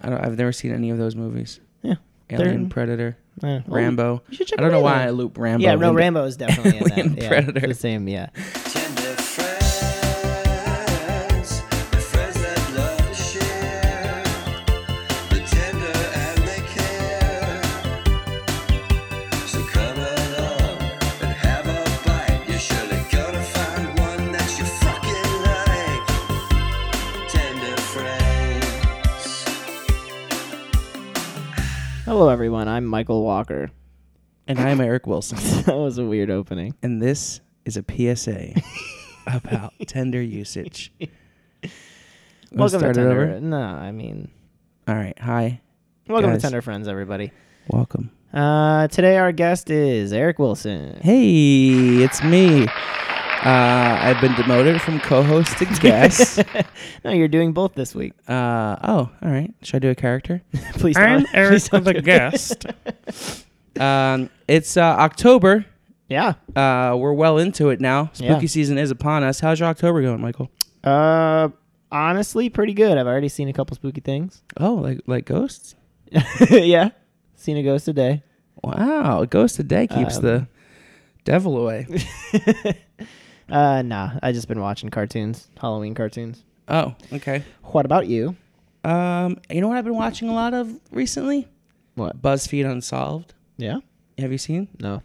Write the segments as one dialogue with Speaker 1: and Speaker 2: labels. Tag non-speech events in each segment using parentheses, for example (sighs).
Speaker 1: I don't, I've never seen any of those movies.
Speaker 2: Yeah.
Speaker 1: Alien,
Speaker 2: They're-
Speaker 1: Predator,
Speaker 2: Uh, well,
Speaker 1: Rambo.
Speaker 2: you should check
Speaker 1: I don't
Speaker 2: them
Speaker 1: know
Speaker 2: out
Speaker 1: why
Speaker 2: then.
Speaker 1: I loop Rambo.
Speaker 2: Yeah, no,
Speaker 1: into-
Speaker 2: Rambo is definitely in
Speaker 1: (laughs) Alien
Speaker 2: that. Yeah,
Speaker 1: Predator.
Speaker 2: The same, yeah.
Speaker 3: Tender friends, the friends that love to share, the tender and they care. So come along and have a bite. You're surely gonna find one that you fucking like. Tender friends.
Speaker 2: Hello, everyone. I'm Michael Walker. (laughs)
Speaker 1: And I am Eric Wilson.
Speaker 2: that was a weird opening.
Speaker 1: And this is a
Speaker 2: (laughs)
Speaker 1: PSA about tender usage. Wanna
Speaker 2: Welcome to
Speaker 1: start it
Speaker 2: Tender.
Speaker 1: over?
Speaker 2: No, I mean,
Speaker 1: All right. Hi.
Speaker 2: welcome
Speaker 1: Guys.
Speaker 2: to Tender Friends, everybody.
Speaker 1: Welcome.
Speaker 2: Uh, today our guest is Eric Wilson. (laughs)
Speaker 1: Hey, it's me. Uh, I've been demoted from co host to
Speaker 2: (laughs)
Speaker 1: guest. uh,
Speaker 2: no, you're doing both this week. (laughs)
Speaker 1: oh, all right. Should I do a character?
Speaker 2: (laughs) Please.
Speaker 1: (laughs)
Speaker 4: I'm
Speaker 2: don't.
Speaker 4: Eric the guest.
Speaker 1: Um, it's uh, October.
Speaker 2: Yeah.
Speaker 1: Uh, we're well into it now. Spooky
Speaker 2: Yeah.
Speaker 1: season is upon us. How's your October going, Michael?
Speaker 2: Uh, honestly, pretty good. I've already seen a couple spooky things. (laughs)
Speaker 1: Oh, like like ghosts?
Speaker 2: yeah. Seen a ghost today.
Speaker 1: Wow, a ghost a day keeps
Speaker 2: Um,
Speaker 1: the devil (laughs) away.
Speaker 2: (laughs) Uh, nah. I just been watching cartoons, Halloween cartoons.
Speaker 1: oh, okay.
Speaker 2: What about you?
Speaker 1: Um, you know what I've been watching a lot of recently?
Speaker 2: What?
Speaker 1: BuzzFeed Unsolved.
Speaker 2: Yeah.
Speaker 1: Have you seen?
Speaker 2: No.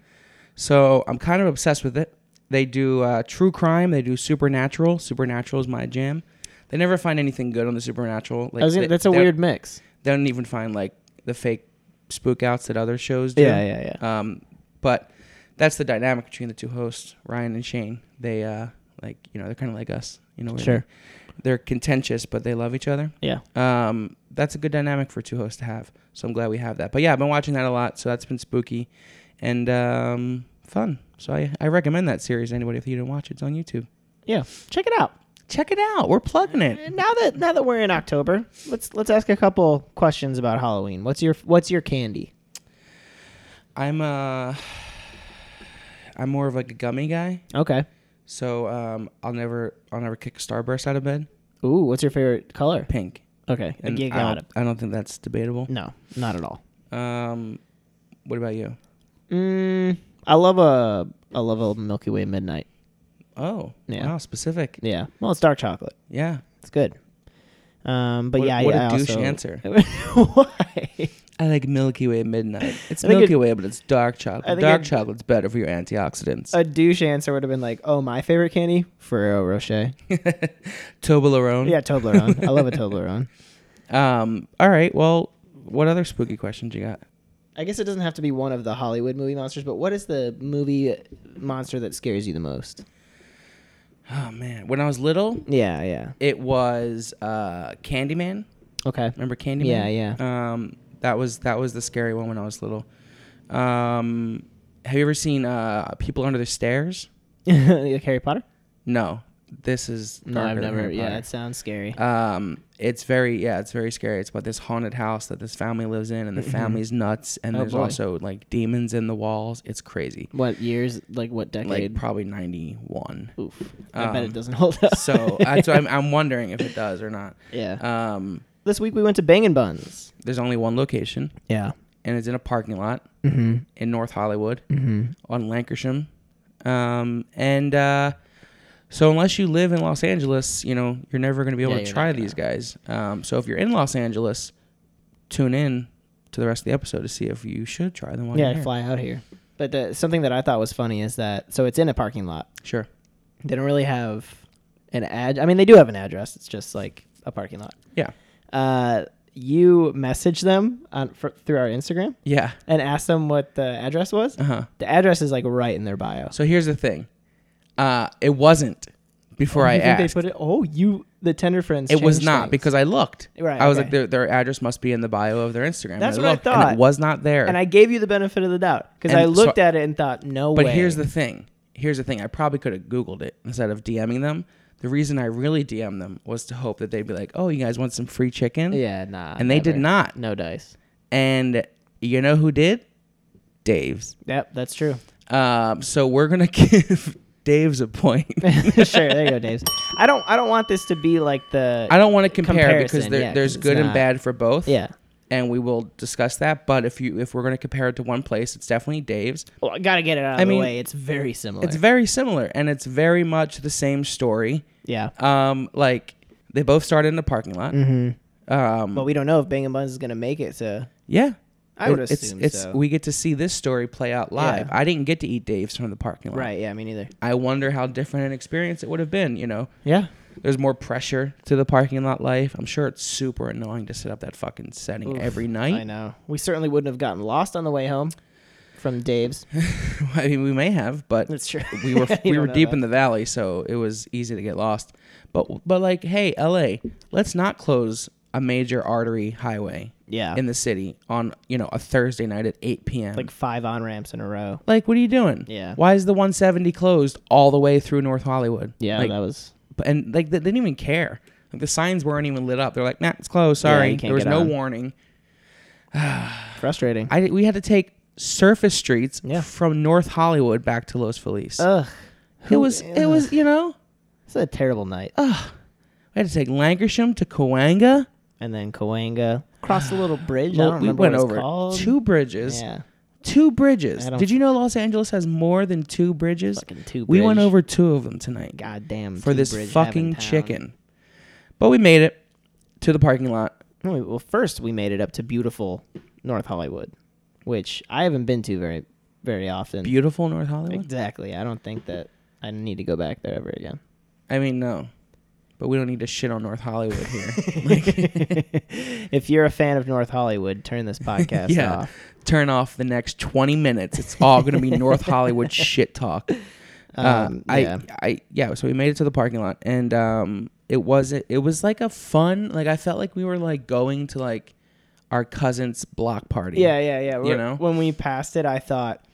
Speaker 1: So I'm kind of obsessed with it. They do uh, true crime. They do supernatural. Supernatural is my jam. They never find anything good on the supernatural. Like
Speaker 2: I was gonna-
Speaker 1: they-
Speaker 2: that's a
Speaker 1: they-
Speaker 2: weird mix.
Speaker 1: They don't even find like the fake spook outs that other shows do.
Speaker 2: Yeah, yeah,
Speaker 1: yeah. Um, but that's the dynamic between the two hosts, Ryan and Shane. They uh, like you know they're kind of like us. You know, where
Speaker 2: Sure.
Speaker 1: they- They're contentious, but they love each other.
Speaker 2: Yeah.
Speaker 1: Um, that's a good dynamic for two hosts to have. So I'm glad we have that. But yeah, I've been watching that a lot, so that's been spooky and um, fun. So I, I recommend that series to anybody if you didn't watch it. It's on YouTube.
Speaker 2: Yeah. Check it out.
Speaker 1: Check it out. We're plugging it.
Speaker 2: And now that now that we're in October, let's let's ask a couple questions about Halloween. What's your what's your candy?
Speaker 1: I'm uh (sighs) I'm more of like a gummy guy.
Speaker 2: Okay.
Speaker 1: So um, I'll never I'll never kick a starburst out of bed.
Speaker 2: Ooh, what's your favorite color?
Speaker 1: Pink.
Speaker 2: Okay.
Speaker 1: And
Speaker 2: you
Speaker 1: I,
Speaker 2: got it.
Speaker 1: don't, I don't think that's debatable.
Speaker 2: No, not at all.
Speaker 1: Um what about you?
Speaker 2: Mm, I love a I love a Milky Way midnight.
Speaker 1: Oh,
Speaker 2: Yeah.
Speaker 1: wow, specific.
Speaker 2: Yeah. Well, it's dark chocolate.
Speaker 1: Yeah.
Speaker 2: It's good. Um, but
Speaker 1: What a-
Speaker 2: yeah,
Speaker 1: what
Speaker 2: I,
Speaker 1: a
Speaker 2: I
Speaker 1: douche
Speaker 2: also-
Speaker 1: answer.
Speaker 2: (laughs) Why?
Speaker 1: I like Milky Way (laughs) midnight. It's
Speaker 2: I think
Speaker 1: Milky
Speaker 2: it-
Speaker 1: Way, but it's dark chocolate.
Speaker 2: think
Speaker 1: Dark
Speaker 2: it-
Speaker 1: chocolate's better for your antioxidants.
Speaker 2: A douche answer would have been like, "Oh, my favorite candy, Ferrero Rocher."
Speaker 1: (laughs) Toblerone.
Speaker 2: Yeah, Toblerone. I (laughs) love a Toblerone.
Speaker 1: Um. All right. Well, what other spooky questions you got?
Speaker 2: I guess it doesn't have to be one of the Hollywood movie monsters, but what is the movie monster that scares you the most?
Speaker 1: Oh man, when I was little,
Speaker 2: Yeah, yeah.
Speaker 1: it was uh Candyman.
Speaker 2: Okay.
Speaker 1: Remember Candyman?
Speaker 2: Yeah, yeah.
Speaker 1: Um. That was that was the scary one when I was little. Um. Have you ever seen uh People Under the Stairs?
Speaker 2: (laughs) like Harry Potter?
Speaker 1: No. This is
Speaker 2: No,
Speaker 1: darker
Speaker 2: I've
Speaker 1: than
Speaker 2: never.
Speaker 1: Harry
Speaker 2: Yeah,
Speaker 1: Potter.
Speaker 2: that sounds scary.
Speaker 1: um it's very yeah it's very scary it's about this haunted house that this family lives in and the family's nuts and
Speaker 2: Mm-hmm. Oh,
Speaker 1: there's
Speaker 2: boy.
Speaker 1: also like demons in the walls it's crazy
Speaker 2: what years? Like what
Speaker 1: like
Speaker 2: decade?
Speaker 1: probably 91
Speaker 2: Oof. I bet
Speaker 1: um,
Speaker 2: it doesn't hold up.
Speaker 1: so that's
Speaker 2: (laughs)
Speaker 1: what I'm, I'm wondering if it does or not
Speaker 2: yeah.
Speaker 1: um
Speaker 2: this week we went to Bangin' Buns.
Speaker 1: there's only one location
Speaker 2: Yeah.
Speaker 1: and it's in a parking lot
Speaker 2: Mm-hmm,
Speaker 1: in north hollywood on lancashire um and uh so unless you live in Los Angeles, you know you're never going to be able
Speaker 2: Yeah,
Speaker 1: to
Speaker 2: you're
Speaker 1: try
Speaker 2: not
Speaker 1: these guys. Um, so if you're in Los Angeles, tune in to the rest of the episode to see if you should try them. While
Speaker 2: Yeah,
Speaker 1: you're
Speaker 2: fly out here. But the, something that I thought was funny is that so it's in a parking lot.
Speaker 1: Here. Sure.
Speaker 2: They don't really have an ad. I mean, they do have an address. It's just like a parking lot.
Speaker 1: Yeah.
Speaker 2: Uh, you message them on fr through our Instagram
Speaker 1: Yeah.
Speaker 2: and ask them what the address was.
Speaker 1: Uh huh.
Speaker 2: The address is like right in their bio.
Speaker 1: So here's the thing. Uh, it wasn't before I
Speaker 2: you think
Speaker 1: asked.
Speaker 2: they put it? Oh, you the tender friends.
Speaker 1: it was
Speaker 2: changed
Speaker 1: not
Speaker 2: things.
Speaker 1: because I looked.
Speaker 2: Right,
Speaker 1: I was
Speaker 2: okay.
Speaker 1: like, their, their address must be in the bio of their Instagram.
Speaker 2: That's
Speaker 1: and
Speaker 2: what I
Speaker 1: looked, and
Speaker 2: thought.
Speaker 1: it was not there.
Speaker 2: and I gave you the benefit of the doubt because I
Speaker 1: And
Speaker 2: looked
Speaker 1: so-
Speaker 2: at it and thought, no way.
Speaker 1: But here's the thing. Here's the thing. I probably could have Googled it instead of DMing them. The reason I really DM them was to hope that they'd be like, "Oh, you guys want some free chicken?"
Speaker 2: yeah, nah.
Speaker 1: And they did
Speaker 2: never.
Speaker 1: not.
Speaker 2: No dice.
Speaker 1: And you know who did? Dave's.
Speaker 2: Yep, that's true. (laughs)
Speaker 1: Um, so we're gonna (laughs) give Dave's a point.
Speaker 2: (laughs) sure, there you go, Dave. I don't. I don't want this to be like the.
Speaker 1: I don't want to compare because
Speaker 2: Comparison,
Speaker 1: there,
Speaker 2: yeah, 'cause
Speaker 1: there's
Speaker 2: it's
Speaker 1: good and
Speaker 2: not-
Speaker 1: bad for both.
Speaker 2: Yeah.
Speaker 1: and we will discuss that. But if you if we're going to compare it to one place, it's definitely Dave's.
Speaker 2: Well, I gotta get it out of
Speaker 1: I
Speaker 2: the
Speaker 1: mean,
Speaker 2: way. It's very similar.
Speaker 1: It's very similar, and it's very much the same story.
Speaker 2: yeah.
Speaker 1: Um, like they both started in the parking lot.
Speaker 2: Mm.
Speaker 1: Um,
Speaker 2: Mm-hmm. But we don't know if Bang and Buns is gonna make it to.
Speaker 1: yeah,
Speaker 2: I would
Speaker 1: It-
Speaker 2: assume
Speaker 1: it's,
Speaker 2: so.
Speaker 1: It's we get to see this story play out live.
Speaker 2: Yeah.
Speaker 1: I didn't get to eat Dave's from the parking lot.
Speaker 2: Right. Yeah. Me neither.
Speaker 1: I wonder how different an experience it would have been. You know,
Speaker 2: Yeah.
Speaker 1: there's more pressure to the parking lot life. I'm sure it's super annoying to set up that fucking setting
Speaker 2: Oof,
Speaker 1: every
Speaker 2: I
Speaker 1: night.
Speaker 2: know. We certainly wouldn't have gotten lost on the way home
Speaker 1: (laughs)
Speaker 2: from Dave's.
Speaker 1: I mean, we may have, but
Speaker 2: That's true.
Speaker 1: (laughs) we were
Speaker 2: (laughs) You
Speaker 1: we were
Speaker 2: don't know
Speaker 1: deep
Speaker 2: that.
Speaker 1: in the valley, so it was easy to get lost. But but like, hey, L.A., let's not close a major artery highway
Speaker 2: Yeah.
Speaker 1: in the city on you know a Thursday night at 8 p.m.
Speaker 2: like five on ramps in a row.
Speaker 1: Like, what are you doing?
Speaker 2: Yeah.
Speaker 1: Why is the 170 closed all the way through North Hollywood?
Speaker 2: Yeah.
Speaker 1: Like,
Speaker 2: that was.
Speaker 1: but- and like they didn't even care. Like the signs weren't even lit up. They're like, nah, it's closed.
Speaker 2: Yeah,
Speaker 1: Sorry.
Speaker 2: you can't
Speaker 1: there was
Speaker 2: get
Speaker 1: no
Speaker 2: on.
Speaker 1: warning.
Speaker 2: Frustrating.
Speaker 1: I we had to take surface streets
Speaker 2: Yeah. Oh,
Speaker 1: from North Hollywood back to Los Feliz.
Speaker 2: Ugh.
Speaker 1: it was it was you know
Speaker 2: It's a terrible night.
Speaker 1: we had to take Lancashire to Coanga.
Speaker 2: and then Coanga crossed a little bridge. I
Speaker 1: Well,
Speaker 2: don't
Speaker 1: we
Speaker 2: remember
Speaker 1: went
Speaker 2: what
Speaker 1: over
Speaker 2: it's called.
Speaker 1: two bridges.
Speaker 2: Yeah.
Speaker 1: Two bridges.
Speaker 2: I don't-
Speaker 1: Did you know Los Angeles has more than two bridges?
Speaker 2: Fucking two
Speaker 1: We went
Speaker 2: bridge.
Speaker 1: over two of them tonight
Speaker 2: Goddamn.
Speaker 1: for
Speaker 2: two
Speaker 1: this
Speaker 2: bridge
Speaker 1: fucking
Speaker 2: having town.
Speaker 1: chicken. But we made it to the parking lot.
Speaker 2: Well, we- well, first we made it up to beautiful North Hollywood, which I haven't been to very, very often.
Speaker 1: Beautiful North Hollywood.
Speaker 2: exactly. I don't think that I need to go back there ever again.
Speaker 1: I mean, no, but we don't need to shit on North Hollywood here.
Speaker 2: (laughs)
Speaker 1: (laughs)
Speaker 2: if you're a fan of North Hollywood, turn (laughs) this podcast
Speaker 1: yeah,
Speaker 2: off.
Speaker 1: turn off the next twenty minutes. It's all gonna
Speaker 2: (laughs)
Speaker 1: be North Hollywood shit talk. Uh,
Speaker 2: Um,
Speaker 1: I,
Speaker 2: yeah.
Speaker 1: I, yeah. So we made it to the parking lot, and um, it wasn't. It was like a fun. Like I felt like we were like going to like our cousin's block party.
Speaker 2: Yeah, yeah, yeah. We're-
Speaker 1: know?
Speaker 2: when we passed it, I thought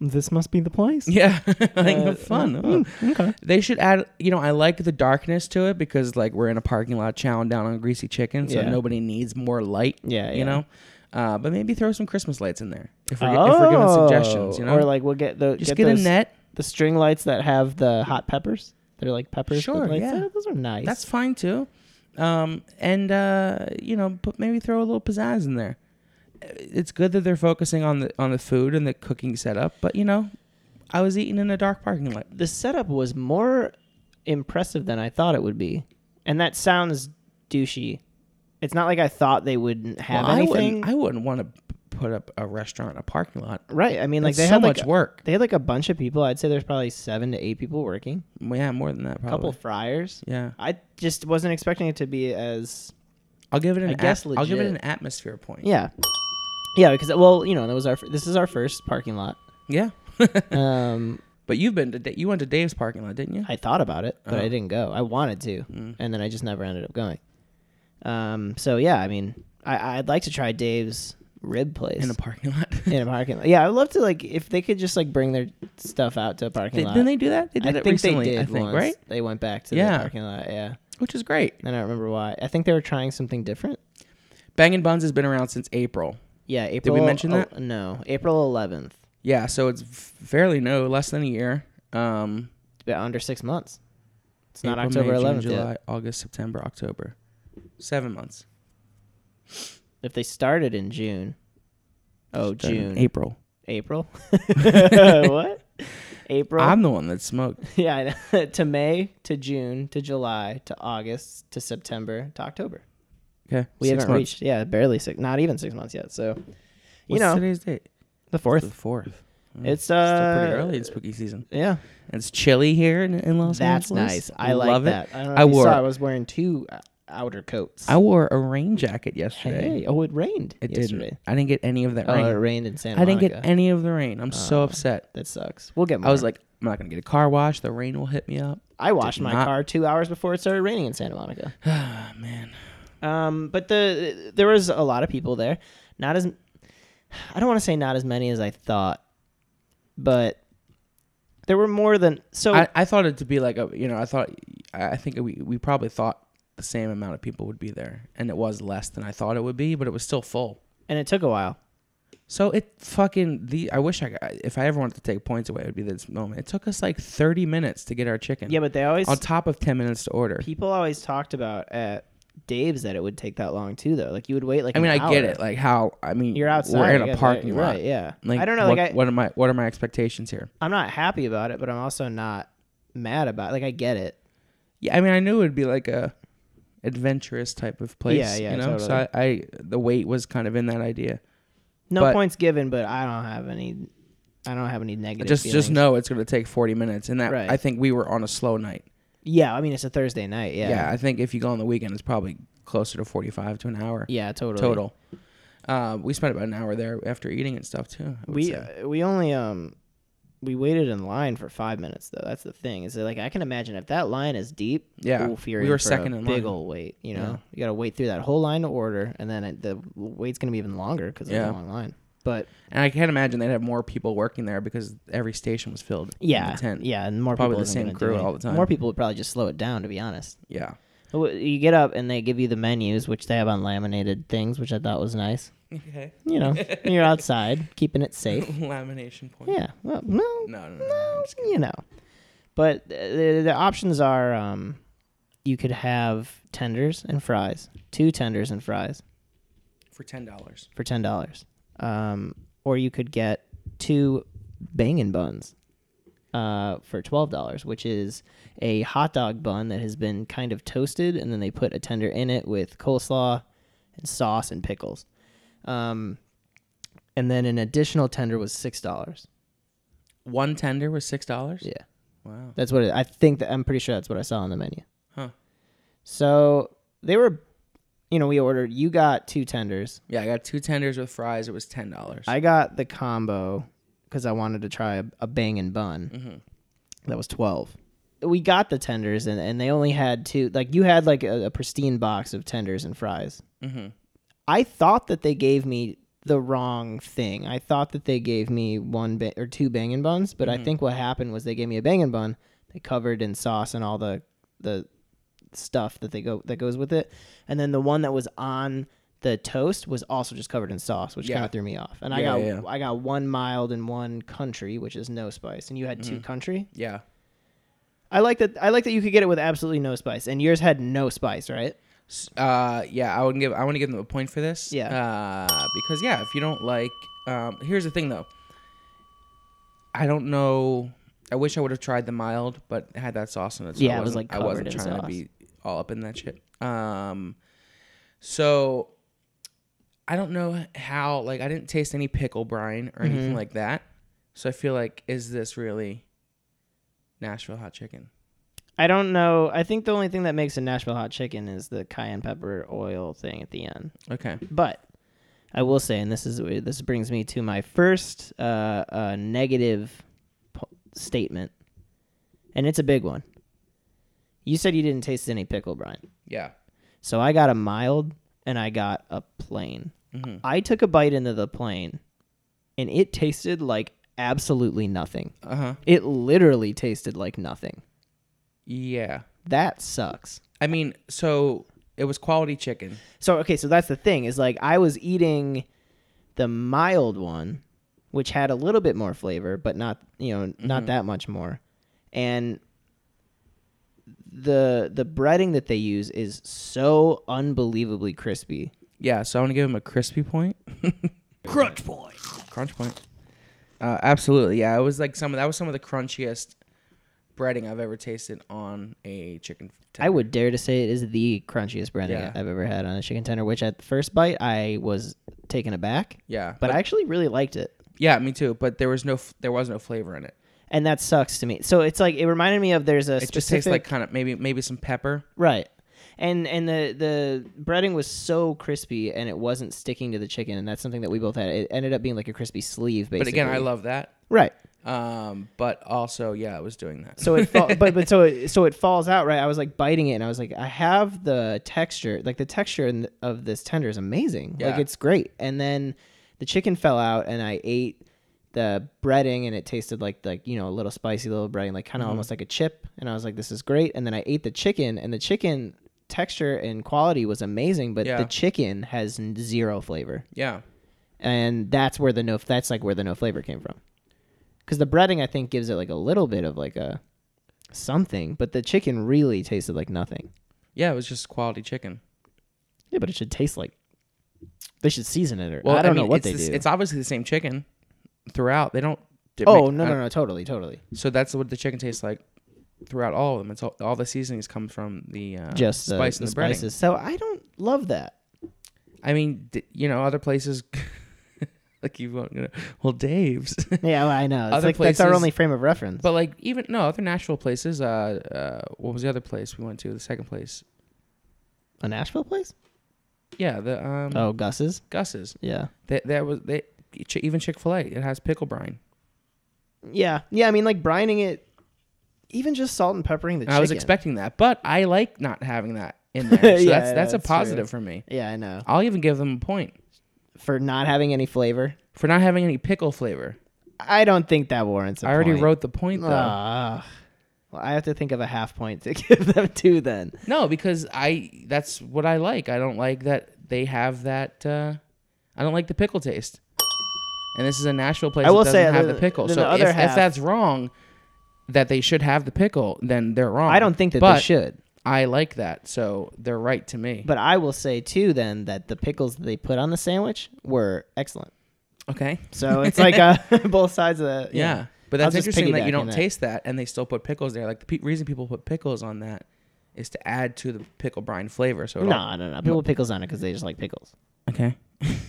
Speaker 2: this must be the place.
Speaker 1: (laughs) Yeah, (laughs) like
Speaker 2: Uh,
Speaker 1: fun.
Speaker 2: mm,
Speaker 1: Oh.
Speaker 2: okay.
Speaker 1: They should add, you know, I like the darkness to it because like we're in a parking lot chowing down on greasy chicken, so
Speaker 2: Yeah.
Speaker 1: nobody needs more light.
Speaker 2: Yeah,
Speaker 1: you
Speaker 2: yeah.
Speaker 1: know, uh, but maybe throw some Christmas lights in there if we're, if we're giving suggestions. You
Speaker 2: Oh,
Speaker 1: know,
Speaker 2: or like we'll get the
Speaker 1: just get, a
Speaker 2: those-
Speaker 1: net.
Speaker 2: the string lights that have the hot peppers. They're like peppers. but
Speaker 1: Sure,
Speaker 2: lights.
Speaker 1: yeah.
Speaker 2: Oh, those are nice.
Speaker 1: That's fine too. Um, and uh, you know, but maybe throw a little pizzazz in there. It's good that they're focusing on the on the food and the cooking setup, but you know, I was eating in a dark parking lot.
Speaker 2: the setup was more impressive than I thought it would be, and that sounds douchey. It's not like I thought they wouldn't have
Speaker 1: Well, I
Speaker 2: anything.
Speaker 1: wouldn't, I wouldn't want to put up a restaurant in a parking lot.
Speaker 2: right. I mean, like
Speaker 1: That's
Speaker 2: they
Speaker 1: so
Speaker 2: had like
Speaker 1: much
Speaker 2: a-
Speaker 1: work.
Speaker 2: They had like a bunch of people. I'd say there's probably seven to eight people working.
Speaker 1: Yeah, more than that
Speaker 2: A couple
Speaker 1: probably.
Speaker 2: fryers.
Speaker 1: Yeah,
Speaker 2: I just wasn't expecting it to be as
Speaker 1: I'll give it an.
Speaker 2: I
Speaker 1: at-
Speaker 2: guess
Speaker 1: I'll give it
Speaker 2: legit.
Speaker 1: an atmosphere point.
Speaker 2: yeah, yeah. Because well, you know, that was our fir- this is our first
Speaker 1: (laughs)
Speaker 2: parking lot.
Speaker 1: Yeah.
Speaker 2: (laughs)
Speaker 1: (laughs)
Speaker 2: Um,
Speaker 1: but you've been to Da- you went to Dave's parking lot, didn't you? Mm.
Speaker 2: I thought about it, but
Speaker 1: Oh.
Speaker 2: I didn't go. I wanted to, and then I just never ended up going. Um, so yeah, I mean, I, I'd like to try Dave's rib place
Speaker 1: in a parking lot. (laughs)
Speaker 2: in a parking lot. Yeah, I'd love to like if they could just like bring their stuff out to a parking
Speaker 1: Did-
Speaker 2: lot.
Speaker 1: Didn't they do that? They did
Speaker 2: I
Speaker 1: it
Speaker 2: think
Speaker 1: recently,
Speaker 2: they did
Speaker 1: I think,
Speaker 2: once.
Speaker 1: right?
Speaker 2: They went back to
Speaker 1: Yeah.
Speaker 2: the parking lot. Yeah,
Speaker 1: Which is great.
Speaker 2: and I don't remember why. I think they were trying something different.
Speaker 1: Bangin' Buns has been around since April.
Speaker 2: Yeah, April.
Speaker 1: mention
Speaker 2: oh,
Speaker 1: that?
Speaker 2: No, April 11th.
Speaker 1: Yeah, so it's f- fairly new, less than a year. Um,
Speaker 2: Yeah, under six months. It's not
Speaker 1: April,
Speaker 2: October
Speaker 1: May, June,
Speaker 2: 11th yet.
Speaker 1: July, August, September, October. Seven months.
Speaker 2: If they started in June. Oh,
Speaker 1: Started in
Speaker 2: June.
Speaker 1: April. (laughs)
Speaker 2: April. (laughs) what? April.
Speaker 1: I'm the one that smoked.
Speaker 2: (laughs) yeah, I know. (laughs) to May, to June, to July, to August, to September, to October.
Speaker 1: Okay,
Speaker 2: We
Speaker 1: six
Speaker 2: haven't
Speaker 1: months.
Speaker 2: reached, yeah, barely six, not even six months yet. So, you
Speaker 1: What's
Speaker 2: know,
Speaker 1: today's date?
Speaker 2: the
Speaker 1: The
Speaker 2: fourth.
Speaker 1: fourth.
Speaker 2: It's
Speaker 1: Still
Speaker 2: uh,
Speaker 1: pretty early in spooky season.
Speaker 2: Yeah,
Speaker 1: And it's chilly here in, in Los
Speaker 2: that's
Speaker 1: Angeles.
Speaker 2: nice. I like
Speaker 1: Love it.
Speaker 2: that. I, don't know if
Speaker 1: I
Speaker 2: you
Speaker 1: wore
Speaker 2: Saw, I was wearing two uh, outer coats.
Speaker 1: I wore a rain jacket yesterday.
Speaker 2: hey, oh, it rained
Speaker 1: it
Speaker 2: yesterday.
Speaker 1: didn't. I didn't get any of that
Speaker 2: Oh,
Speaker 1: rain.
Speaker 2: it rained in Oh, Santa
Speaker 1: I didn't get
Speaker 2: Monica.
Speaker 1: any of the rain. I'm so upset.
Speaker 2: that sucks. We'll get. More.
Speaker 1: I was like, I'm not gonna get a car wash. The rain will hit me up.
Speaker 2: I washed my
Speaker 1: not-
Speaker 2: car two hours before it started raining in
Speaker 1: (laughs)
Speaker 2: Santa Monica.
Speaker 1: Oh, man.
Speaker 2: Um, but the there was a lot of people there. Not as I don't want to say not as many as I thought, but there were more than so.
Speaker 1: I, I thought it to be like a you know I thought I I think we we probably thought the same amount of people would be there and it was less than I thought it would be but it was still full.
Speaker 2: and it took a while.
Speaker 1: So it fucking the. I wish I got, if I ever wanted to take points away, it would be this moment. It took us like thirty minutes to get our chicken.
Speaker 2: Yeah, but they always
Speaker 1: on top of ten minutes to order.
Speaker 2: people always talked about at Dave's that it would take that long too, though. Like you would wait like
Speaker 1: I mean,
Speaker 2: an
Speaker 1: I get
Speaker 2: hour.
Speaker 1: it. Like how I mean,
Speaker 2: You're outside.
Speaker 1: We're in
Speaker 2: I
Speaker 1: a
Speaker 2: guess,
Speaker 1: parking
Speaker 2: right,
Speaker 1: lot.
Speaker 2: Right, yeah.
Speaker 1: Like,
Speaker 2: I don't know.
Speaker 1: What,
Speaker 2: like I,
Speaker 1: what are my what are my expectations here?
Speaker 2: I'm not happy about it, but I'm also not mad about. It. Like I get it.
Speaker 1: Yeah, I mean, I knew it would be like a adventurous type of place.
Speaker 2: Yeah, yeah,
Speaker 1: You know, so I,
Speaker 2: totally.
Speaker 1: I the weight was kind of in that idea.
Speaker 2: No
Speaker 1: But-
Speaker 2: points given, but I don't have any. I don't have any negative.
Speaker 1: just
Speaker 2: feelings.
Speaker 1: just know it's going to take forty minutes, and that
Speaker 2: Right.
Speaker 1: I think we were on a slow night.
Speaker 2: Yeah, I mean it's a Thursday night. Yeah.
Speaker 1: Yeah. I think if you go on the weekend, it's probably closer to forty-five to an hour
Speaker 2: Yeah, Totally.
Speaker 1: total. Uh, we spent about an hour there after eating and stuff too. I would
Speaker 2: We
Speaker 1: say.
Speaker 2: uh, we only um we waited in line for five minutes though. That's the thing. Is that, like I can imagine if that line is deep.
Speaker 1: Yeah,
Speaker 2: oof, you're
Speaker 1: we
Speaker 2: in
Speaker 1: were
Speaker 2: for a
Speaker 1: second in line.
Speaker 2: Big old wait. You know,
Speaker 1: Yeah.
Speaker 2: you got to wait through that whole line to order, and then it, the wait's gonna be even longer because it's
Speaker 1: Yeah.
Speaker 2: a long line. But
Speaker 1: and I can't imagine they'd have more people working there because every station was filled. in
Speaker 2: yeah,
Speaker 1: the tent.
Speaker 2: yeah, and more
Speaker 1: Probably
Speaker 2: people
Speaker 1: the
Speaker 2: isn't
Speaker 1: same
Speaker 2: gonna do
Speaker 1: crew
Speaker 2: any-
Speaker 1: all the time.
Speaker 2: More people would probably just slow it down. To be honest,
Speaker 1: yeah,
Speaker 2: But what- you get up and they give you the menus, which they have on laminated things, which I thought was nice.
Speaker 1: okay.
Speaker 2: You
Speaker 1: (laughs)
Speaker 2: know, you're outside, keeping it safe.
Speaker 1: Lamination point.
Speaker 2: Yeah, well, well
Speaker 1: No, no, no. no, I'm just kidding.
Speaker 2: you know. But the, the options are um, you could have tenders and fries, two tenders and fries
Speaker 1: For ten dollars.
Speaker 2: for ten dollars, um, or you could get two bangin' buns uh, for twelve dollars, which is a hot dog bun that has been kind of toasted, and then they put a tender in it with coleslaw and sauce and pickles. Um, and then an additional tender was six dollars.
Speaker 1: One tender was six dollars.
Speaker 2: Yeah.
Speaker 1: Wow.
Speaker 2: That's what it, I think. That, I'm pretty sure that's what I saw on the menu.
Speaker 1: Huh.
Speaker 2: So they were, you know, we ordered. You got two tenders.
Speaker 1: Yeah, I got two tenders with fries. It was ten dollars.
Speaker 2: I got the combo because I wanted to try a, a bang and bun.
Speaker 1: Mm-hmm.
Speaker 2: That was twelve. We got the tenders and, and they only had two. Like you had like a, a pristine box of tenders and fries.
Speaker 1: Mhm.
Speaker 2: I thought that they gave me the wrong thing. I thought that they gave me one ba- or two bangin' buns, but
Speaker 1: Mm-hmm.
Speaker 2: I think what happened was they gave me a bangin' bun. They covered in sauce and all the the stuff that they go that goes with it, and then the one that was on the toast was also just covered in sauce, which kind
Speaker 1: Yeah.
Speaker 2: of threw me off. And I
Speaker 1: Yeah,
Speaker 2: got
Speaker 1: yeah.
Speaker 2: I got one mild and one country, which is no spice, and you had two country.
Speaker 1: yeah.
Speaker 2: I like that. I like that you could get it with absolutely no spice, and yours had no spice, right?
Speaker 1: S- Uh, yeah, I would give. I want to give them a point for this.
Speaker 2: Yeah.
Speaker 1: Uh, because yeah, if you don't like, um, here's the thing though. I don't know. I wish I would have tried the mild, but had that sauce in it. So I
Speaker 2: Yeah, it was,
Speaker 1: wasn't-
Speaker 2: like,
Speaker 1: I wasn't
Speaker 2: covered in
Speaker 1: trying to
Speaker 2: sauce.
Speaker 1: be all up in that shit. Um, so I don't know how. Like, I didn't taste any pickle brine or anything
Speaker 2: Mm-hmm.
Speaker 1: like that. So I feel like, is this really Nashville hot chicken?
Speaker 2: I don't know. I think the only thing that makes a Nashville hot chicken is the cayenne pepper oil thing at the end.
Speaker 1: Okay.
Speaker 2: But I will say, and this is this brings me to my first uh, uh, negative po- statement, and it's a big one. You said you didn't taste any pickle brine,
Speaker 1: Yeah.
Speaker 2: so I got a mild and I got a plain.
Speaker 1: Mhm.
Speaker 2: (laughs) I took a bite into the plain, and it tasted like absolutely nothing.
Speaker 1: Uh huh.
Speaker 2: It literally tasted like nothing.
Speaker 1: Yeah.
Speaker 2: That sucks.
Speaker 1: I mean, so it was quality chicken.
Speaker 2: So okay, so that's the thing is like I was eating the mild one, which had a little bit more flavor, but not you know not that much more, and the the breading that they use is so unbelievably crispy.
Speaker 1: Yeah, so I want to give him a crispy point. (laughs) crunch point. Crunch point. Uh, absolutely. Yeah, it was like some of that was some of the crunchiest breading I've ever tasted on a chicken.
Speaker 2: I would dare to say it is the crunchiest breading
Speaker 1: Yeah.
Speaker 2: I've ever had on a chicken tender. Which at the first bite I was taken aback,
Speaker 1: Yeah,
Speaker 2: but I actually really liked it.
Speaker 1: yeah, me too. But there was no f- there was no flavor in it.
Speaker 2: And that sucks to me. So it's like it reminded me of there's a
Speaker 1: It
Speaker 2: specific
Speaker 1: just tastes like kind of maybe maybe some pepper.
Speaker 2: Right. And and the the breading was so crispy and it wasn't sticking to the chicken and that's something that we both had. It ended up being like a crispy sleeve
Speaker 1: But
Speaker 2: basically.
Speaker 1: again, I love that.
Speaker 2: Right.
Speaker 1: Um, but also, yeah, I was doing that.
Speaker 2: (laughs) So it fall, but but so it, so it falls out, right? I was like biting it and I was like I have the texture, like the texture in, of this tender is amazing. Like
Speaker 1: Yeah.
Speaker 2: it's great. And then the chicken fell out and I ate the breading and it tasted like like you know a little spicy little breading like
Speaker 1: Mm-hmm.
Speaker 2: kind of almost like a chip and I was like this is great and then I ate the chicken and the chicken texture and quality was amazing but
Speaker 1: Yeah.
Speaker 2: the chicken has n- zero flavor
Speaker 1: (laughs) yeah,
Speaker 2: and that's where the no that's like where the no flavor came from because the breading i think gives it like a little bit of like a something but the chicken really tasted like nothing
Speaker 1: Yeah, it was just quality chicken.
Speaker 2: yeah but it should taste like they should season it or
Speaker 1: Well,
Speaker 2: i don't know
Speaker 1: mean,
Speaker 2: what
Speaker 1: it's
Speaker 2: they
Speaker 1: the s-
Speaker 2: do
Speaker 1: It's obviously the same chicken throughout. They don't. di-
Speaker 2: oh
Speaker 1: make-
Speaker 2: no
Speaker 1: I-
Speaker 2: no no totally totally
Speaker 1: So that's what the chicken tastes like throughout all of them. It's all, all the seasonings come from the uh,
Speaker 2: just the,
Speaker 1: spice
Speaker 2: the
Speaker 1: and the breading.
Speaker 2: spices so i don't love that
Speaker 1: I mean, d- you know, other places (laughs) like you won't. You know, well, Dave's, (laughs)
Speaker 2: yeah well, i know it's
Speaker 1: Other
Speaker 2: like that's our
Speaker 1: places-
Speaker 2: only frame of reference
Speaker 1: but like even no other Nashville places. Uh, uh, what was the other place we went to? The second place.
Speaker 2: a nashville place
Speaker 1: Yeah, the um,
Speaker 2: oh gus's
Speaker 1: Gus's.
Speaker 2: yeah
Speaker 1: That that was they. Chi- Even Chick Fil A, it has pickle brine.
Speaker 2: yeah yeah i mean like brining it even just salt and peppering the
Speaker 1: I was
Speaker 2: chicken.
Speaker 1: expecting that, but I like not having that
Speaker 2: (laughs)
Speaker 1: in there. So that's
Speaker 2: Yeah,
Speaker 1: that's a
Speaker 2: that's true.
Speaker 1: positive for me.
Speaker 2: yeah i know
Speaker 1: I'll even give them a point
Speaker 2: for not having any flavor
Speaker 1: for not having any pickle flavor.
Speaker 2: I don't think that warrants. I
Speaker 1: I already wrote the point though.
Speaker 2: Ah. well, I have to think of a half point (laughs) to give them two. Then
Speaker 1: No, because I that's what I like. I don't like that they have that. Uh, I don't like the pickle taste. And this is a Nashville place
Speaker 2: I will
Speaker 1: that
Speaker 2: say,
Speaker 1: doesn't have
Speaker 2: uh,
Speaker 1: the pickle.
Speaker 2: then
Speaker 1: So
Speaker 2: the
Speaker 1: if,
Speaker 2: other
Speaker 1: if
Speaker 2: half-
Speaker 1: that's wrong, that they should have the pickle, then they're wrong.
Speaker 2: I don't think that they
Speaker 1: But
Speaker 2: should.
Speaker 1: I like that, so they're right to me.
Speaker 2: But I will say too then that the pickles that they put on the sandwich were excellent.
Speaker 1: okay.
Speaker 2: So it's
Speaker 1: (laughs)
Speaker 2: like uh, (laughs) both sides of the
Speaker 1: Yeah. But
Speaker 2: I'll
Speaker 1: that's
Speaker 2: just
Speaker 1: interesting that
Speaker 2: piggyback
Speaker 1: you
Speaker 2: on
Speaker 1: don't
Speaker 2: that.
Speaker 1: taste that and they still put pickles there. Like the pe- reason people put pickles on that is to add to the pickle brine flavor. So it all-
Speaker 2: No, no, no. People put pickles on it because they just like pickles.
Speaker 1: okay.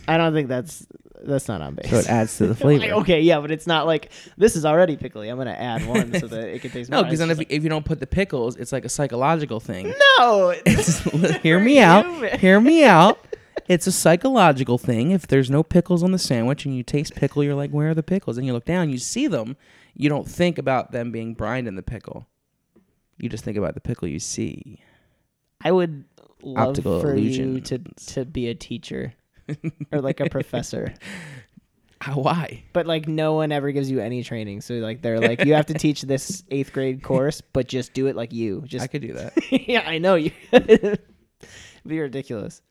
Speaker 2: I don't think that's that's not on base.
Speaker 1: So it adds to the
Speaker 2: (laughs) Like,
Speaker 1: flavor.
Speaker 2: okay, yeah, but it's not like this is already pickly. I'm gonna add one so that it can
Speaker 1: (laughs)
Speaker 2: taste.
Speaker 1: No,
Speaker 2: more.
Speaker 1: because
Speaker 2: It's
Speaker 1: then if,
Speaker 2: just
Speaker 1: you if you don't put the pickles, it's like a psychological thing. (laughs)
Speaker 2: like, no, (laughs)
Speaker 1: hear me out. Hear me out. It's a psychological thing. If there's no pickles on the sandwich and you taste pickle, you're like, where are the pickles? And you look down, you see them. You don't think about them being brined in the pickle. You just think about the pickle you see.
Speaker 2: I would love
Speaker 1: Optical
Speaker 2: for you
Speaker 1: illusions.
Speaker 2: to to be a teacher (laughs) or like a professor, Ah,
Speaker 1: How, why?
Speaker 2: but like no one ever gives you any training. So like they're like you have to teach this eighth grade course, but just do it like you. Just
Speaker 1: I could do
Speaker 2: (laughs)
Speaker 1: that.
Speaker 2: yeah, I know you. It'd be ridiculous.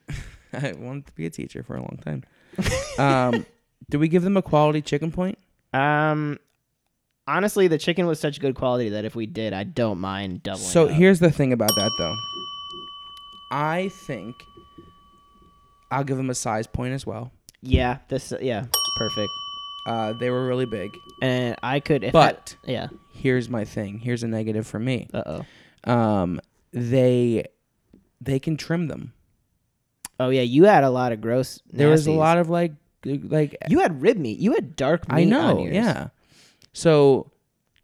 Speaker 1: I wanted to be a teacher for a long time. Um, do we give them a quality chicken point?
Speaker 2: Um, honestly, the chicken was such good quality that if we did, I don't mind doubling.
Speaker 1: So
Speaker 2: up.
Speaker 1: here's the thing about that though. I think I'll give them a size point as well.
Speaker 2: yeah, this yeah, perfect.
Speaker 1: Uh, they were really big.
Speaker 2: And I could, if I-
Speaker 1: But
Speaker 2: yeah,
Speaker 1: here's my thing. Here's a negative for me.
Speaker 2: uh oh,
Speaker 1: Um, they they can trim them.
Speaker 2: oh yeah, you had a lot of gross.
Speaker 1: There was a
Speaker 2: nasties.
Speaker 1: lot of like like
Speaker 2: You had rib meat. You had dark meat.
Speaker 1: I
Speaker 2: on
Speaker 1: know,
Speaker 2: yours.
Speaker 1: yeah. So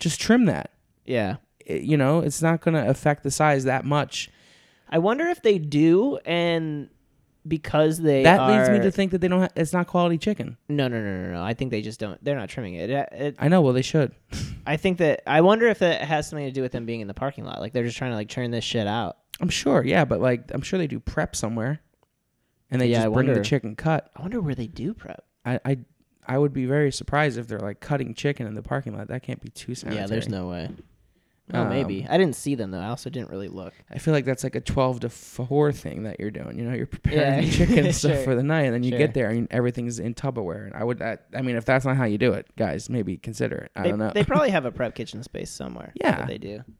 Speaker 1: just trim that.
Speaker 2: Yeah.
Speaker 1: It- you know, it's not going to affect the size that much.
Speaker 2: I wonder if they do, and because they
Speaker 1: that leads me
Speaker 2: are-
Speaker 1: to think that they don't. Ha- it's not quality chicken.
Speaker 2: no, no, no, no, no. I think they just don't. They're not trimming it. It- it-
Speaker 1: I know. Well, they should.
Speaker 2: I think that I wonder if that has something to do with them being in the parking lot. Like they're just trying to like churn this shit out.
Speaker 1: I'm sure. Yeah, but like I'm sure they do prep somewhere, and they
Speaker 2: Yeah,
Speaker 1: just
Speaker 2: I
Speaker 1: bring the
Speaker 2: wonder.
Speaker 1: chicken cut.
Speaker 2: I wonder where they do prep.
Speaker 1: I, I I would be very surprised if they're like cutting chicken in the parking lot. That can't be too sanitary.
Speaker 2: Yeah, there's no way. Oh,
Speaker 1: Um,
Speaker 2: maybe I didn't see them though. I also didn't really look.
Speaker 1: I feel like that's like a twelve to four thing that you're doing. You know, you're preparing
Speaker 2: Yeah.
Speaker 1: the chicken
Speaker 2: (laughs)
Speaker 1: and stuff
Speaker 2: Sure.
Speaker 1: for the night, and then you
Speaker 2: Sure.
Speaker 1: get there and everything's in Tupperware. And I would, I, I mean, if that's not how you do it, guys, maybe consider it. I
Speaker 2: They,
Speaker 1: don't know.
Speaker 2: they probably have a prep kitchen space somewhere.
Speaker 1: Yeah.
Speaker 2: that they do.
Speaker 1: (laughs)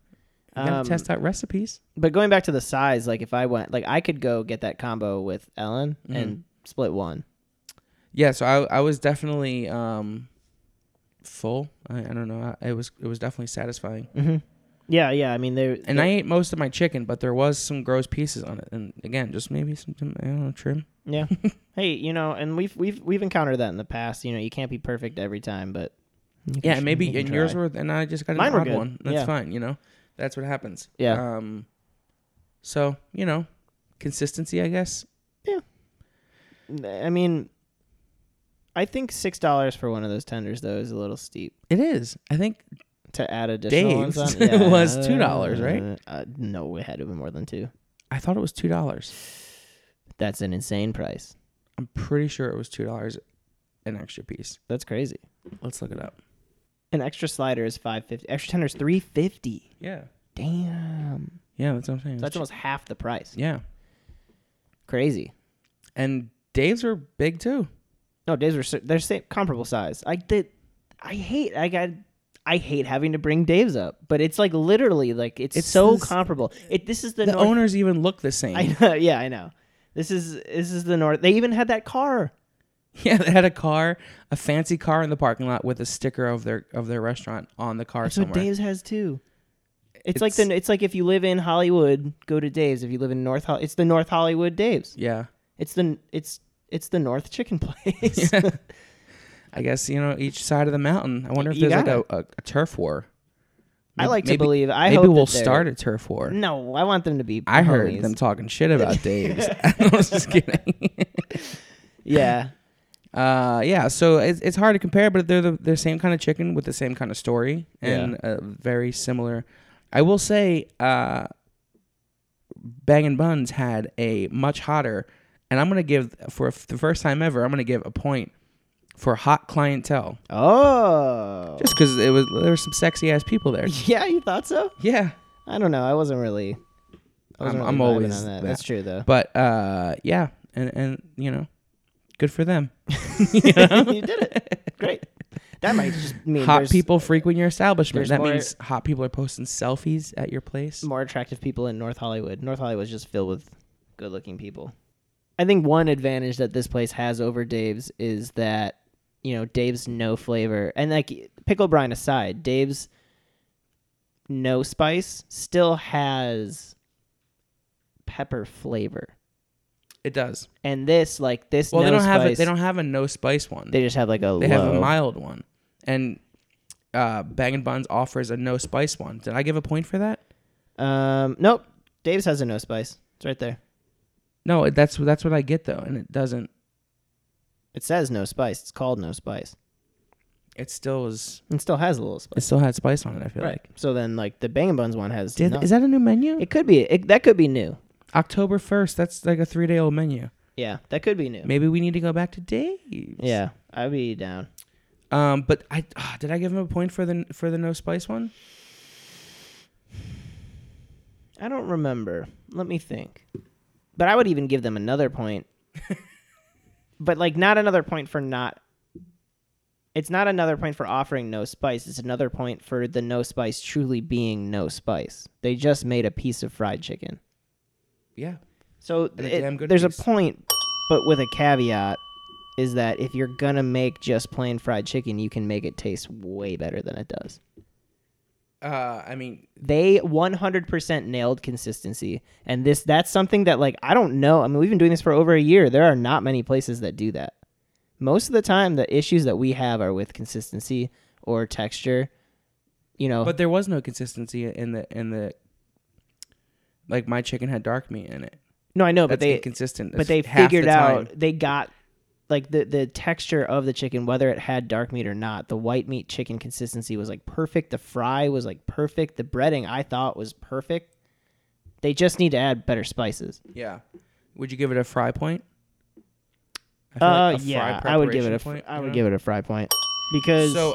Speaker 1: You gotta
Speaker 2: Um,
Speaker 1: test out recipes.
Speaker 2: But going back to the size, like if I went, like I could go get that combo with Ellen
Speaker 1: Mm-hmm.
Speaker 2: and split one.
Speaker 1: Yeah, so I I was definitely um full. I, I don't know. I, it was it was definitely satisfying.
Speaker 2: Yeah, yeah. I mean, they
Speaker 1: Mm-hmm. And I ate most of my chicken, but there was some gross pieces on it. And again, just maybe some I don't know trim.
Speaker 2: (laughs) Yeah. hey, you know, and we've we've we've encountered that in the past. You know, you can't be perfect every time, but
Speaker 1: Yeah, and maybe
Speaker 2: you
Speaker 1: and
Speaker 2: can
Speaker 1: yours
Speaker 2: try.
Speaker 1: were, and I just got an
Speaker 2: Mine were
Speaker 1: odd
Speaker 2: good.
Speaker 1: one. That's
Speaker 2: Yeah.
Speaker 1: fine. You know, that's what happens.
Speaker 2: Yeah.
Speaker 1: Um. So you know, consistency, I guess. uh,
Speaker 2: I mean, I think six dollars for one of those tenders though is a little steep
Speaker 1: It is. I think
Speaker 2: to add additional ones
Speaker 1: Dave's
Speaker 2: on.
Speaker 1: (laughs)
Speaker 2: Yeah,
Speaker 1: was $2,
Speaker 2: uh,
Speaker 1: right?
Speaker 2: Uh, no, it had to be more than two.
Speaker 1: I thought it was two dollars.
Speaker 2: That's an insane price.
Speaker 1: I'm pretty sure it was two dollars, an extra piece.
Speaker 2: That's crazy.
Speaker 1: Let's look it up.
Speaker 2: An extra slider is five fifty. Extra tender is three fifty.
Speaker 1: Yeah.
Speaker 2: Damn,
Speaker 1: Yeah, that's what I'm saying.
Speaker 2: that's almost half the price.
Speaker 1: yeah.
Speaker 2: Crazy.
Speaker 1: And Dave's were big too.
Speaker 2: No, days were si- they're same comparable size. I did. I hate. I got. I hate having to bring Dave's up, but it's like literally like it's,
Speaker 1: It's
Speaker 2: so
Speaker 1: this-
Speaker 2: comparable. It this is the,
Speaker 1: The
Speaker 2: North,
Speaker 1: owners even look the same.
Speaker 2: I know. (laughs) Yeah, I know. This is this is the North. They even had that car.
Speaker 1: (laughs) Yeah, they had a car, a fancy car in the parking lot with a sticker of their of their restaurant on the car
Speaker 2: That's
Speaker 1: somewhere.
Speaker 2: what Dave's has too. It's, like
Speaker 1: It's-
Speaker 2: the it's like if you live in Hollywood, go to Dave's. If you live in North, Hol- it's the North Hollywood Dave's. (laughs)
Speaker 1: yeah.
Speaker 2: It's the it's it's the North Chicken Place.
Speaker 1: (laughs) I guess, you know, each side of the mountain. I wonder if
Speaker 2: You
Speaker 1: there's like
Speaker 2: got
Speaker 1: a, a, a turf war.
Speaker 2: I
Speaker 1: Maybe-
Speaker 2: like to
Speaker 1: maybe-
Speaker 2: believe. I
Speaker 1: maybe
Speaker 2: hope
Speaker 1: we'll
Speaker 2: that they're-
Speaker 1: start a turf war.
Speaker 2: No, I want them to be.
Speaker 1: I heard
Speaker 2: homies.
Speaker 1: them talking shit
Speaker 2: (laughs)
Speaker 1: about Dave's. (laughs) I was just kidding. (laughs)
Speaker 2: Yeah,
Speaker 1: Uh, yeah, so it's, it's hard to compare, but they're the they're same kind of chicken with the same kind of story and uh, very similar. I will say, uh, Bang and Buns had a much hotter, and I'm gonna give for the first time ever, I'm gonna give a point for hot clientele,
Speaker 2: Oh.
Speaker 1: just because it was there were some sexy ass people
Speaker 2: (laughs)
Speaker 1: there.
Speaker 2: yeah, you thought so?
Speaker 1: yeah,
Speaker 2: I don't know. I wasn't really. I wasn't
Speaker 1: I'm-
Speaker 2: really
Speaker 1: I'm
Speaker 2: vibing
Speaker 1: always
Speaker 2: on that.
Speaker 1: that.
Speaker 2: That's
Speaker 1: (laughs)
Speaker 2: true though. (laughs)
Speaker 1: but uh, yeah, and and you know, good for them.
Speaker 2: you did it. Great. That might just mean
Speaker 1: hot
Speaker 2: there's
Speaker 1: people frequent your establishment.
Speaker 2: there's
Speaker 1: That
Speaker 2: more-
Speaker 1: means hot people are posting selfies at your place.
Speaker 2: more attractive people in North Hollywood. North Hollywood's just filled with good-looking people. I think one advantage that this place has over Dave's is that you know Dave's no flavor, and like pickle brine aside, Dave's no spice still has pepper flavor.
Speaker 1: It does.
Speaker 2: And this, like this,
Speaker 1: Well,
Speaker 2: no
Speaker 1: they don't have a,
Speaker 2: spice,
Speaker 1: they don't have a no spice one.
Speaker 2: They
Speaker 1: They,
Speaker 2: just have like a.
Speaker 1: have
Speaker 2: low-
Speaker 1: a mild one, and uh, Bang and Buns offers a no spice one. Did I give a point for that?
Speaker 2: Um, nope. Dave's has a no spice. It's right there.
Speaker 1: No, that's that's what I get though, and it doesn't.
Speaker 2: It says no spice. It's called no spice.
Speaker 1: It still is.
Speaker 2: It still has a little
Speaker 1: It
Speaker 2: spice.
Speaker 1: still had spice on it. I feel like.
Speaker 2: So then, like the Bang and Buns one has.
Speaker 1: Did,
Speaker 2: none.
Speaker 1: Is that a new menu?
Speaker 2: It could be. It, that could be new.
Speaker 1: October first. That's like a three day old menu.
Speaker 2: Yeah, that could be new.
Speaker 1: Maybe we need to go back to Dave's.
Speaker 2: Yeah, I'd be down.
Speaker 1: Um. But I ah, did I give him a point for the for the no spice one?
Speaker 2: I don't remember. Let me think. But I would even give them
Speaker 1: (laughs)
Speaker 2: another point. but like not another point for not It's not another point for offering no spice. It's another point for the no spice truly being no spice. They just made a piece of fried chicken.
Speaker 1: Yeah.
Speaker 2: So
Speaker 1: a
Speaker 2: it-
Speaker 1: damn good
Speaker 2: there's
Speaker 1: piece.
Speaker 2: a point but with a caveat is that if you're going to make just plain fried chicken, you can make it taste way better than it does.
Speaker 1: Uh. I mean,
Speaker 2: they 100% nailed consistency and this that's something that like i don't know i mean we've been doing this for over a year there are not many places that do that most of the time the issues that we have are with consistency or texture you know
Speaker 1: But there was no consistency in the in the like my chicken had dark meat in it.
Speaker 2: no i know
Speaker 1: That's
Speaker 2: but they
Speaker 1: inconsistent.
Speaker 2: but
Speaker 1: That's
Speaker 2: they
Speaker 1: half the
Speaker 2: figured
Speaker 1: time.
Speaker 2: out they got like the the texture of the chicken whether it had dark meat or not the white meat chicken consistency was like perfect the fry was like perfect the breading i thought was perfect they just need to add better spices
Speaker 1: Yeah. Would you give it a fry point? I feel
Speaker 2: Uh,
Speaker 1: like a
Speaker 2: yeah,
Speaker 1: fry
Speaker 2: I would give it a.
Speaker 1: preparation point,
Speaker 2: I
Speaker 1: you
Speaker 2: would
Speaker 1: know?
Speaker 2: give it a fry point because
Speaker 1: So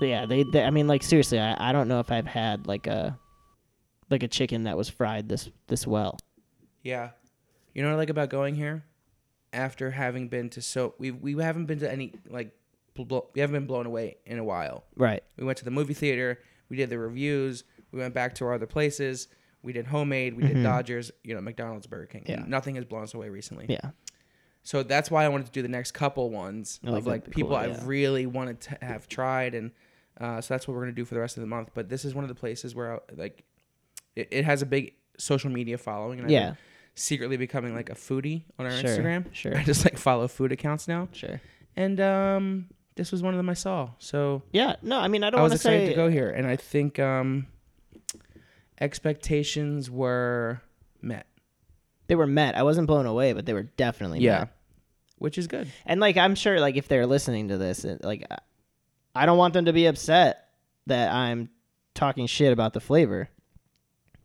Speaker 2: yeah, they, they. I mean, like seriously, I, I don't know if I've had like a like a chicken that was fried this this well.
Speaker 1: yeah, you know what I like about going here after having been to so we we haven't been to any like bl- bl- we haven't been blown away in a while.
Speaker 2: Right.
Speaker 1: We went to the movie theater. We did the reviews. We went back to our other places. We did homemade. We did Dodgers. You know, McDonald's, Burger King.
Speaker 2: Mm-hmm. Yeah.
Speaker 1: Nothing has blown us away recently.
Speaker 2: Yeah.
Speaker 1: So that's why I wanted to do the next couple ones
Speaker 2: I like
Speaker 1: of
Speaker 2: that.
Speaker 1: like
Speaker 2: Cool,
Speaker 1: people
Speaker 2: yeah.
Speaker 1: I've really wanted to have tried, and uh, so that's what we're gonna do for the rest of the month. But this is one of the places where I, like it, it has a big social media following, and I've
Speaker 2: Yeah.
Speaker 1: been secretly becoming like a foodie on our
Speaker 2: Sure,
Speaker 1: Instagram. (laughs)
Speaker 2: sure.
Speaker 1: I just like follow food accounts now,
Speaker 2: Sure.
Speaker 1: and um, this was one of them I saw. So
Speaker 2: Yeah. No, I mean, I don't
Speaker 1: I
Speaker 2: want
Speaker 1: was
Speaker 2: to
Speaker 1: excited
Speaker 2: say.
Speaker 1: to go here, and I think um, expectations were met.
Speaker 2: They were met. I wasn't blown away, but they were definitely met.
Speaker 1: which is good.
Speaker 2: And like, I'm sure, like, if they're listening to this, it- like, I- I don't want them to be upset that I'm talking shit about the flavor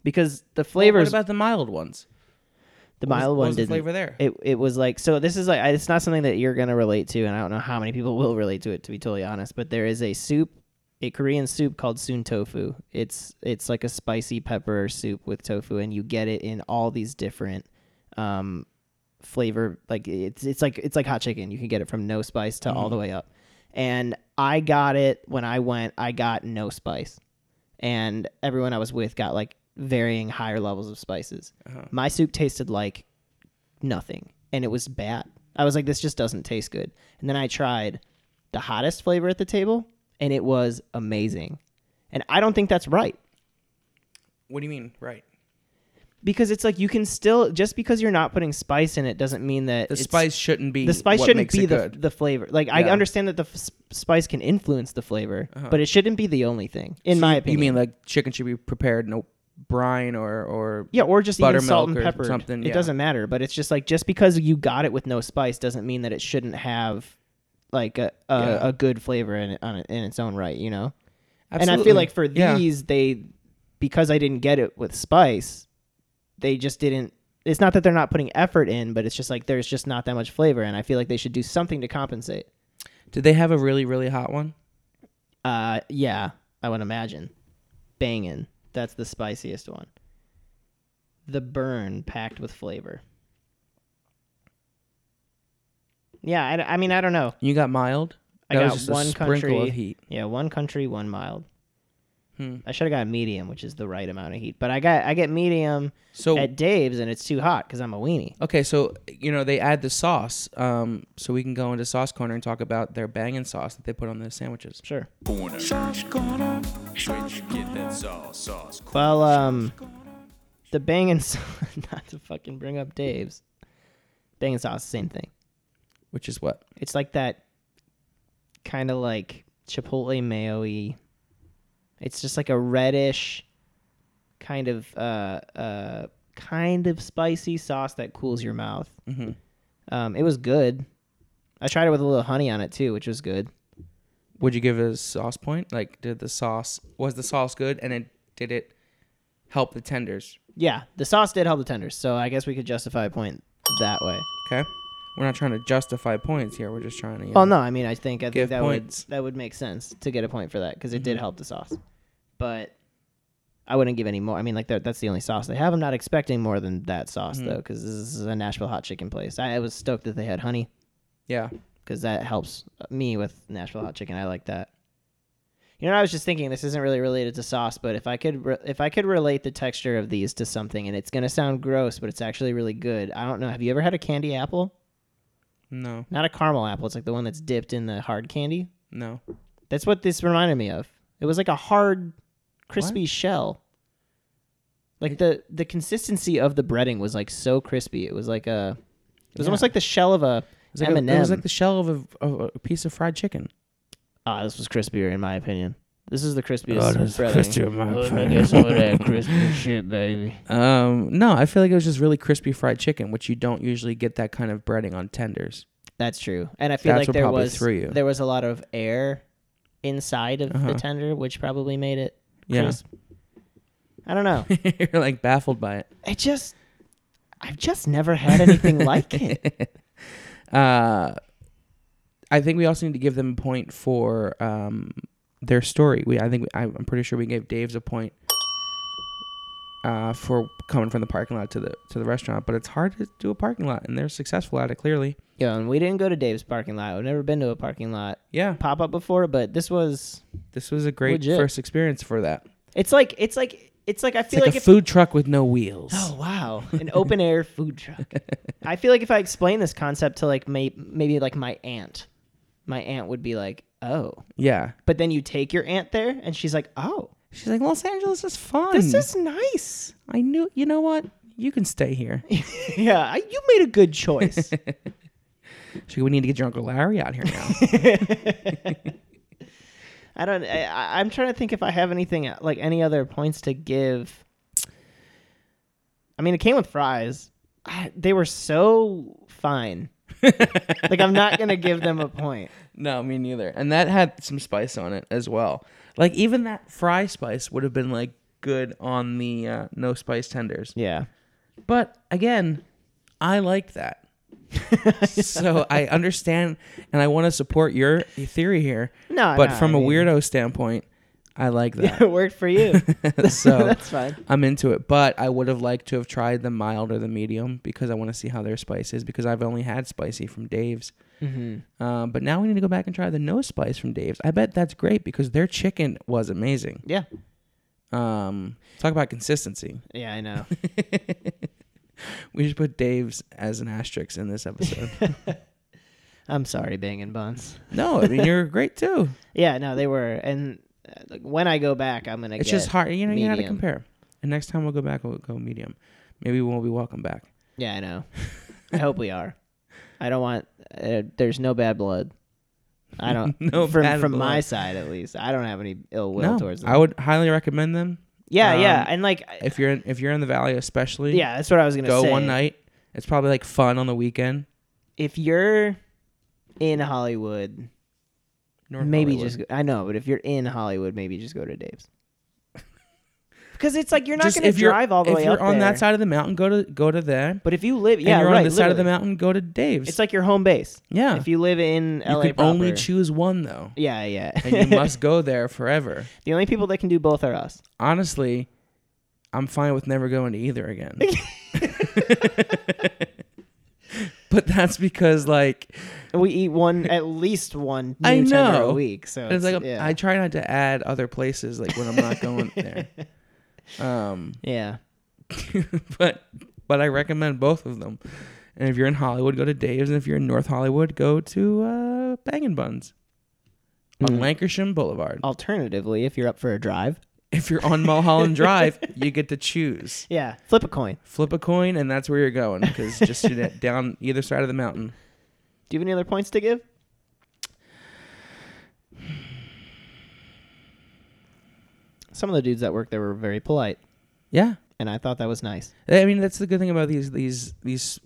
Speaker 2: because the
Speaker 1: Flavors.
Speaker 2: flavors,
Speaker 1: what about the mild ones?
Speaker 2: the
Speaker 1: What was-
Speaker 2: mild
Speaker 1: what
Speaker 2: one
Speaker 1: was the
Speaker 2: didn't.
Speaker 1: flavor there.
Speaker 2: it it was like so this is like I- it's not something that you're gonna relate to and i don't know how many people (laughs) will relate to it to be totally honest but there is a soup a korean soup called soon tofu it's it's like a spicy pepper soup with tofu and you get it in all these different um flavor. Like it's it's like it's like hot chicken. You can get it from no spice to all the way up. And I got it when I went. I got no spice, and everyone I was with got like varying higher levels of spices. My soup tasted like nothing, and it was bad. I was like, this just doesn't taste good. And then I tried the hottest flavor at the table, and it was amazing. And I don't think that's right
Speaker 1: What do you mean? Right.
Speaker 2: because it's like you can still just because you're not putting spice in it doesn't mean that
Speaker 1: The
Speaker 2: it's-
Speaker 1: spice shouldn't be.
Speaker 2: the spice
Speaker 1: what
Speaker 2: shouldn't
Speaker 1: makes
Speaker 2: be
Speaker 1: it
Speaker 2: the,
Speaker 1: good.
Speaker 2: the flavor like i
Speaker 1: Yeah. Uh-huh.
Speaker 2: understand that the f- s- spice can influence the flavor but it shouldn't be the only thing in
Speaker 1: So
Speaker 2: my
Speaker 1: you-
Speaker 2: opinion
Speaker 1: You mean like chicken should be prepared in a brine or or
Speaker 2: yeah or just even
Speaker 1: buttermilk
Speaker 2: salt and
Speaker 1: or
Speaker 2: pepper
Speaker 1: something,
Speaker 2: it
Speaker 1: yeah.
Speaker 2: doesn't matter but it's just like just because you got it with no spice doesn't mean that it shouldn't have like a, a,
Speaker 1: Yeah.
Speaker 2: a good flavor in it on it, in its own right you know and i
Speaker 1: Absolutely.
Speaker 2: feel like for
Speaker 1: Yeah.
Speaker 2: these they because i didn't get it with spice they just didn't it's not that they're not putting effort in but it's just like there's just not that much flavor and i feel like they should do something to compensate
Speaker 1: Did they have a really really hot one?
Speaker 2: Uh, yeah, I would imagine. Bangin'. That's the spiciest one. The burn packed with flavor. Yeah, I, I mean, I don't know.
Speaker 1: You got mild.
Speaker 2: I
Speaker 1: That
Speaker 2: got
Speaker 1: was just
Speaker 2: one
Speaker 1: a sprinkle
Speaker 2: country.
Speaker 1: of heat.
Speaker 2: Yeah, one country, one mild.
Speaker 1: Hmm.
Speaker 2: I should have got medium, which is the right amount of heat. But I got I get medium
Speaker 1: So
Speaker 2: at Dave's, and it's too hot because I'm a weenie.
Speaker 1: Okay, so you know they add the sauce, um, so we can go into sauce corner and talk about their banging sauce that they put on the sandwiches.
Speaker 2: Sure.
Speaker 4: corner. Where you get that sauce, sauce.
Speaker 2: Well, um, the bangin' sauce. (laughs) not to fucking bring up Dave's. Bangin' sauce, same thing.
Speaker 1: Which is what?
Speaker 2: It's like that kind of like chipotle mayo-y. It's just like a reddish kind of uh uh kind of spicy sauce that cools your mouth.
Speaker 4: Mm-hmm.
Speaker 1: Mhm.
Speaker 2: Um, it was good. I tried it with a little honey on it too, which was good.
Speaker 1: Would you give it a sauce point? Like, did the sauce was the sauce good, and it did it help the tenders?
Speaker 2: Yeah, the sauce did help the tenders, so I guess we could justify a point that way.
Speaker 1: Okay, we're not trying to justify points here. We're just trying to. You
Speaker 2: Well,
Speaker 1: know-
Speaker 2: Oh, no, I mean, I think I think
Speaker 1: Give
Speaker 2: that
Speaker 1: points. Mm-hmm.
Speaker 2: would that would make sense to get a point for that because it did help the sauce, but I wouldn't give any more. I mean, like that, that's the only sauce they have. I'm not expecting more than that sauce
Speaker 1: Mm-hmm.
Speaker 2: though, 'cause though, because this is a Nashville hot chicken place. I, I was stoked that they had honey
Speaker 1: Yeah,
Speaker 2: because that helps me with Nashville hot chicken. I like that. You know, I was just thinking this isn't really related to sauce, but if I could re- if I could relate the texture of these to something, and it's gonna sound gross, but it's actually really good. I don't know. Have you ever had a candy apple?
Speaker 1: no,
Speaker 2: Not a caramel apple. It's like the one that's dipped in the hard candy.
Speaker 1: no.
Speaker 2: That's what this reminded me of. It was like a hard, crispy shell. Like the the consistency of the breading was like so crispy. It was like a, it was
Speaker 1: Yeah.
Speaker 2: almost like the shell of a
Speaker 1: It was, like
Speaker 2: M and
Speaker 1: a, it was
Speaker 2: m
Speaker 1: like the shell of a, of a piece of fried chicken.
Speaker 2: Ah, this was crispier in my opinion. This is the crispiest
Speaker 1: Oh, (laughs)
Speaker 2: breading.
Speaker 1: Um, no, I feel like it was just really crispy fried chicken, which you don't usually get that kind of breading on tenders.
Speaker 2: That's true, and I feel
Speaker 1: That's
Speaker 2: like
Speaker 1: what
Speaker 2: there
Speaker 1: probably
Speaker 2: was
Speaker 1: threw you.
Speaker 2: there was a lot of air inside of
Speaker 1: Uh-huh.
Speaker 2: the tender, which probably made it
Speaker 1: Yeah.
Speaker 2: crisp. I don't know.
Speaker 1: (laughs) You're like baffled by it.
Speaker 2: I just, I've just never
Speaker 1: (laughs)
Speaker 2: had anything like it.
Speaker 1: uh, I think we also need to give them a point for um, their story. We, I think, we, I, I'm pretty sure we gave Dave's a point uh, for coming from the parking lot to the to the restaurant. But it's hard to do a parking lot, and they're successful at it. Clearly,
Speaker 2: Yeah, and we didn't go to Dave's parking lot. We've never been to a parking lot
Speaker 1: yeah.
Speaker 2: pop up before, but this was.
Speaker 1: This was a great
Speaker 2: Legit.
Speaker 1: first experience for that.
Speaker 2: It's like it's like it's like I
Speaker 1: It's
Speaker 2: feel
Speaker 1: like,
Speaker 2: like,
Speaker 1: a
Speaker 2: if,
Speaker 1: food truck with no wheels. (laughs)
Speaker 2: Oh wow, an open air food truck. I feel like if I explain this concept to like may, maybe like my aunt, my aunt would be like, "Oh,"
Speaker 1: Yeah,
Speaker 2: but then you take your aunt there, and she's like, "Oh,
Speaker 1: she's like Los Angeles is fun.
Speaker 2: this is nice."
Speaker 1: I knew. You know what? You can stay
Speaker 2: (laughs)
Speaker 1: here.
Speaker 2: yeah, I, you made a good
Speaker 1: (laughs)
Speaker 2: choice.
Speaker 1: She, we need to get your Uncle Larry out here now.
Speaker 2: I don't. I- I, I'm trying to think if I have anything like any other points to give. I mean, it came with fries. I, they were so fine. like I'm not gonna give them a point.
Speaker 1: No, me neither. And that had some spice on it as well. Like even that fry spice would have been like good on the uh, no spice tenders.
Speaker 2: Yeah.
Speaker 1: But again, I like
Speaker 2: (laughs)
Speaker 1: that. so I understand and I want to support your theory here.
Speaker 2: No,
Speaker 1: but
Speaker 2: no,
Speaker 1: from
Speaker 2: I
Speaker 1: a
Speaker 2: mean-
Speaker 1: weirdo standpoint, I like that.
Speaker 2: (laughs) it worked
Speaker 1: (laughs)
Speaker 2: for you.
Speaker 1: So-
Speaker 2: that's fine.
Speaker 1: I'm into it, but I would have liked to have tried the mild or the medium because I want to see how their spice is because I've only had spicy from Dave's.
Speaker 2: Mm-hmm.
Speaker 1: Uh, but now we need to go back and try the no spice from Dave's. I bet that's great because their chicken was amazing.
Speaker 2: Yeah.
Speaker 1: Um, talk about consistency.
Speaker 2: Yeah, I know.
Speaker 1: We should put Dave's as an asterisk in this
Speaker 2: (laughs)
Speaker 1: episode.
Speaker 2: I'm sorry, Bangin' Buns.
Speaker 1: no, I mean you're great too.
Speaker 2: Yeah, no, they were. And uh, like, when I go back, I'm gonna.
Speaker 1: It's
Speaker 2: get
Speaker 1: just hard. You know, you got to
Speaker 2: medium.
Speaker 1: compare. And next time we'll go back. We'll go medium. Maybe we'll be welcome back.
Speaker 2: Yeah, I know. I hope we are. I don't want. Uh, there's no bad blood. I don't.
Speaker 1: (laughs) No
Speaker 2: from
Speaker 1: bad
Speaker 2: from my
Speaker 1: blood.
Speaker 2: side at least. I don't have any ill will
Speaker 1: no,
Speaker 2: towards them.
Speaker 1: I would highly recommend them.
Speaker 2: yeah, yeah,
Speaker 1: um,
Speaker 2: and like, I-
Speaker 1: if you're in if you're in the valley especially
Speaker 2: yeah, that's what I was gonna
Speaker 1: go
Speaker 2: say.
Speaker 1: one night it's probably like fun on the weekend
Speaker 2: If you're in Hollywood,
Speaker 1: North
Speaker 2: maybe
Speaker 1: Hollywood.
Speaker 2: just go, I know, but if you're in Hollywood, maybe just go to Dave's.
Speaker 1: (laughs)
Speaker 2: Because it's like you're not
Speaker 1: Just
Speaker 2: going to
Speaker 1: if you're-
Speaker 2: drive all the
Speaker 1: if
Speaker 2: way
Speaker 1: you're
Speaker 2: up
Speaker 1: on
Speaker 2: there.
Speaker 1: that side of the mountain go to go to there
Speaker 2: But if you live, yeah,
Speaker 1: and you're
Speaker 2: right,
Speaker 1: on this side of the
Speaker 2: literally.
Speaker 1: mountain go to dave's
Speaker 2: It's like your home base.
Speaker 1: yeah
Speaker 2: If you live in
Speaker 1: you
Speaker 2: LA,
Speaker 1: can only
Speaker 2: proper-
Speaker 1: choose one
Speaker 2: (laughs)
Speaker 1: though
Speaker 2: Yeah, yeah.
Speaker 1: and you must go there forever
Speaker 2: (laughs) the only people that can do both are us.
Speaker 1: honestly i'm fine with never going to either again
Speaker 2: (laughs)
Speaker 1: (laughs) but that's because like
Speaker 2: We eat
Speaker 1: (laughs)
Speaker 2: one, at least one new
Speaker 1: I
Speaker 2: tender
Speaker 1: know.
Speaker 2: a week. So
Speaker 1: it's like
Speaker 2: yeah.
Speaker 1: i try not to add other places like when i'm not going there
Speaker 2: (laughs)
Speaker 1: um
Speaker 2: yeah,
Speaker 1: (laughs) but but I recommend both of them. And if you're in Hollywood, go to Dave's, and if you're in North Hollywood, go to uh, Bangin' Buns on
Speaker 2: Mm.
Speaker 1: Lancashire Boulevard.
Speaker 2: Alternatively, if you're up for a drive,
Speaker 1: If you're on
Speaker 2: (laughs)
Speaker 1: Mulholland Drive, you get to choose.
Speaker 2: yeah, flip a coin.
Speaker 1: Flip a coin, and that's where you're going because just to that- down either side of the mountain.
Speaker 2: Do you have any other points to give? Some of the dudes that worked there were very polite,
Speaker 1: Yeah,
Speaker 2: and I thought that was nice.
Speaker 1: I mean that's the good thing about these these these.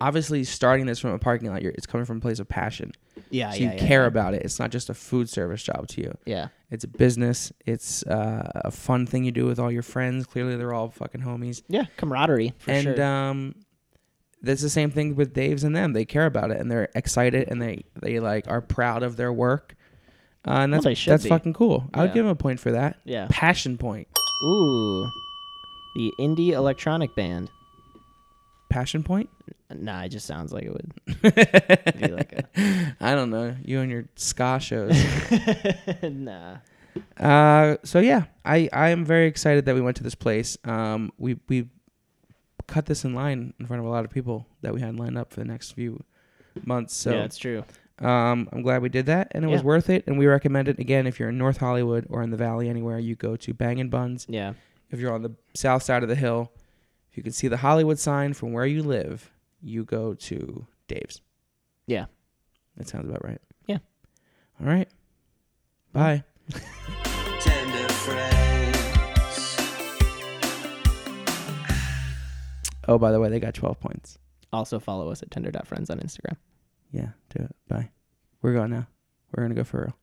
Speaker 1: Obviously, starting this from a parking lot, you're, it's coming from a place of passion.
Speaker 2: Yeah,
Speaker 1: So you care about it. It's not just a food service job to you.
Speaker 2: Yeah,
Speaker 1: It's a business. It's uh, a fun thing you do with all your friends. Clearly, they're all fucking homies.
Speaker 2: yeah, camaraderie for
Speaker 1: and
Speaker 2: sure.
Speaker 1: um, that's the same thing with Dave's and them. They care about it and they're excited and they they like are proud of their work. Uh, and
Speaker 2: Well,
Speaker 1: that's
Speaker 2: they should
Speaker 1: that's
Speaker 2: be.
Speaker 1: fucking cool. I would
Speaker 2: Yeah.
Speaker 1: give them a point for that.
Speaker 2: yeah,
Speaker 1: Passion point.
Speaker 2: ooh, the indie electronic band.
Speaker 1: Passion point. (laughs)
Speaker 2: Nah, it just sounds like it would. be
Speaker 1: I
Speaker 2: like
Speaker 1: don't know. You and your ska shows.
Speaker 2: a (laughs) nah.
Speaker 1: Uh, so yeah, I I am very excited that we went to this place. Um, we we cut this in line in front of a lot of people that we had lined up for the next few months. So
Speaker 2: yeah, it's true.
Speaker 1: um, I'm glad we did that, and it was
Speaker 2: Yeah.
Speaker 1: worth it. And we recommend it again if you're in North Hollywood or in the Valley anywhere. You go to Bangin' Buns.
Speaker 2: Yeah,
Speaker 1: If you're on the south side of the hill, if you can see the Hollywood sign from where you live, you go to Dave's.
Speaker 2: Yeah.
Speaker 1: that sounds about right.
Speaker 2: Yeah.
Speaker 1: All right. Bye.
Speaker 3: Tender friends.
Speaker 1: Oh, by the way, they got 12 points.
Speaker 2: also follow us at tender.friends on Instagram.
Speaker 1: Yeah, do it. Bye. We're going now. We're going to go for real.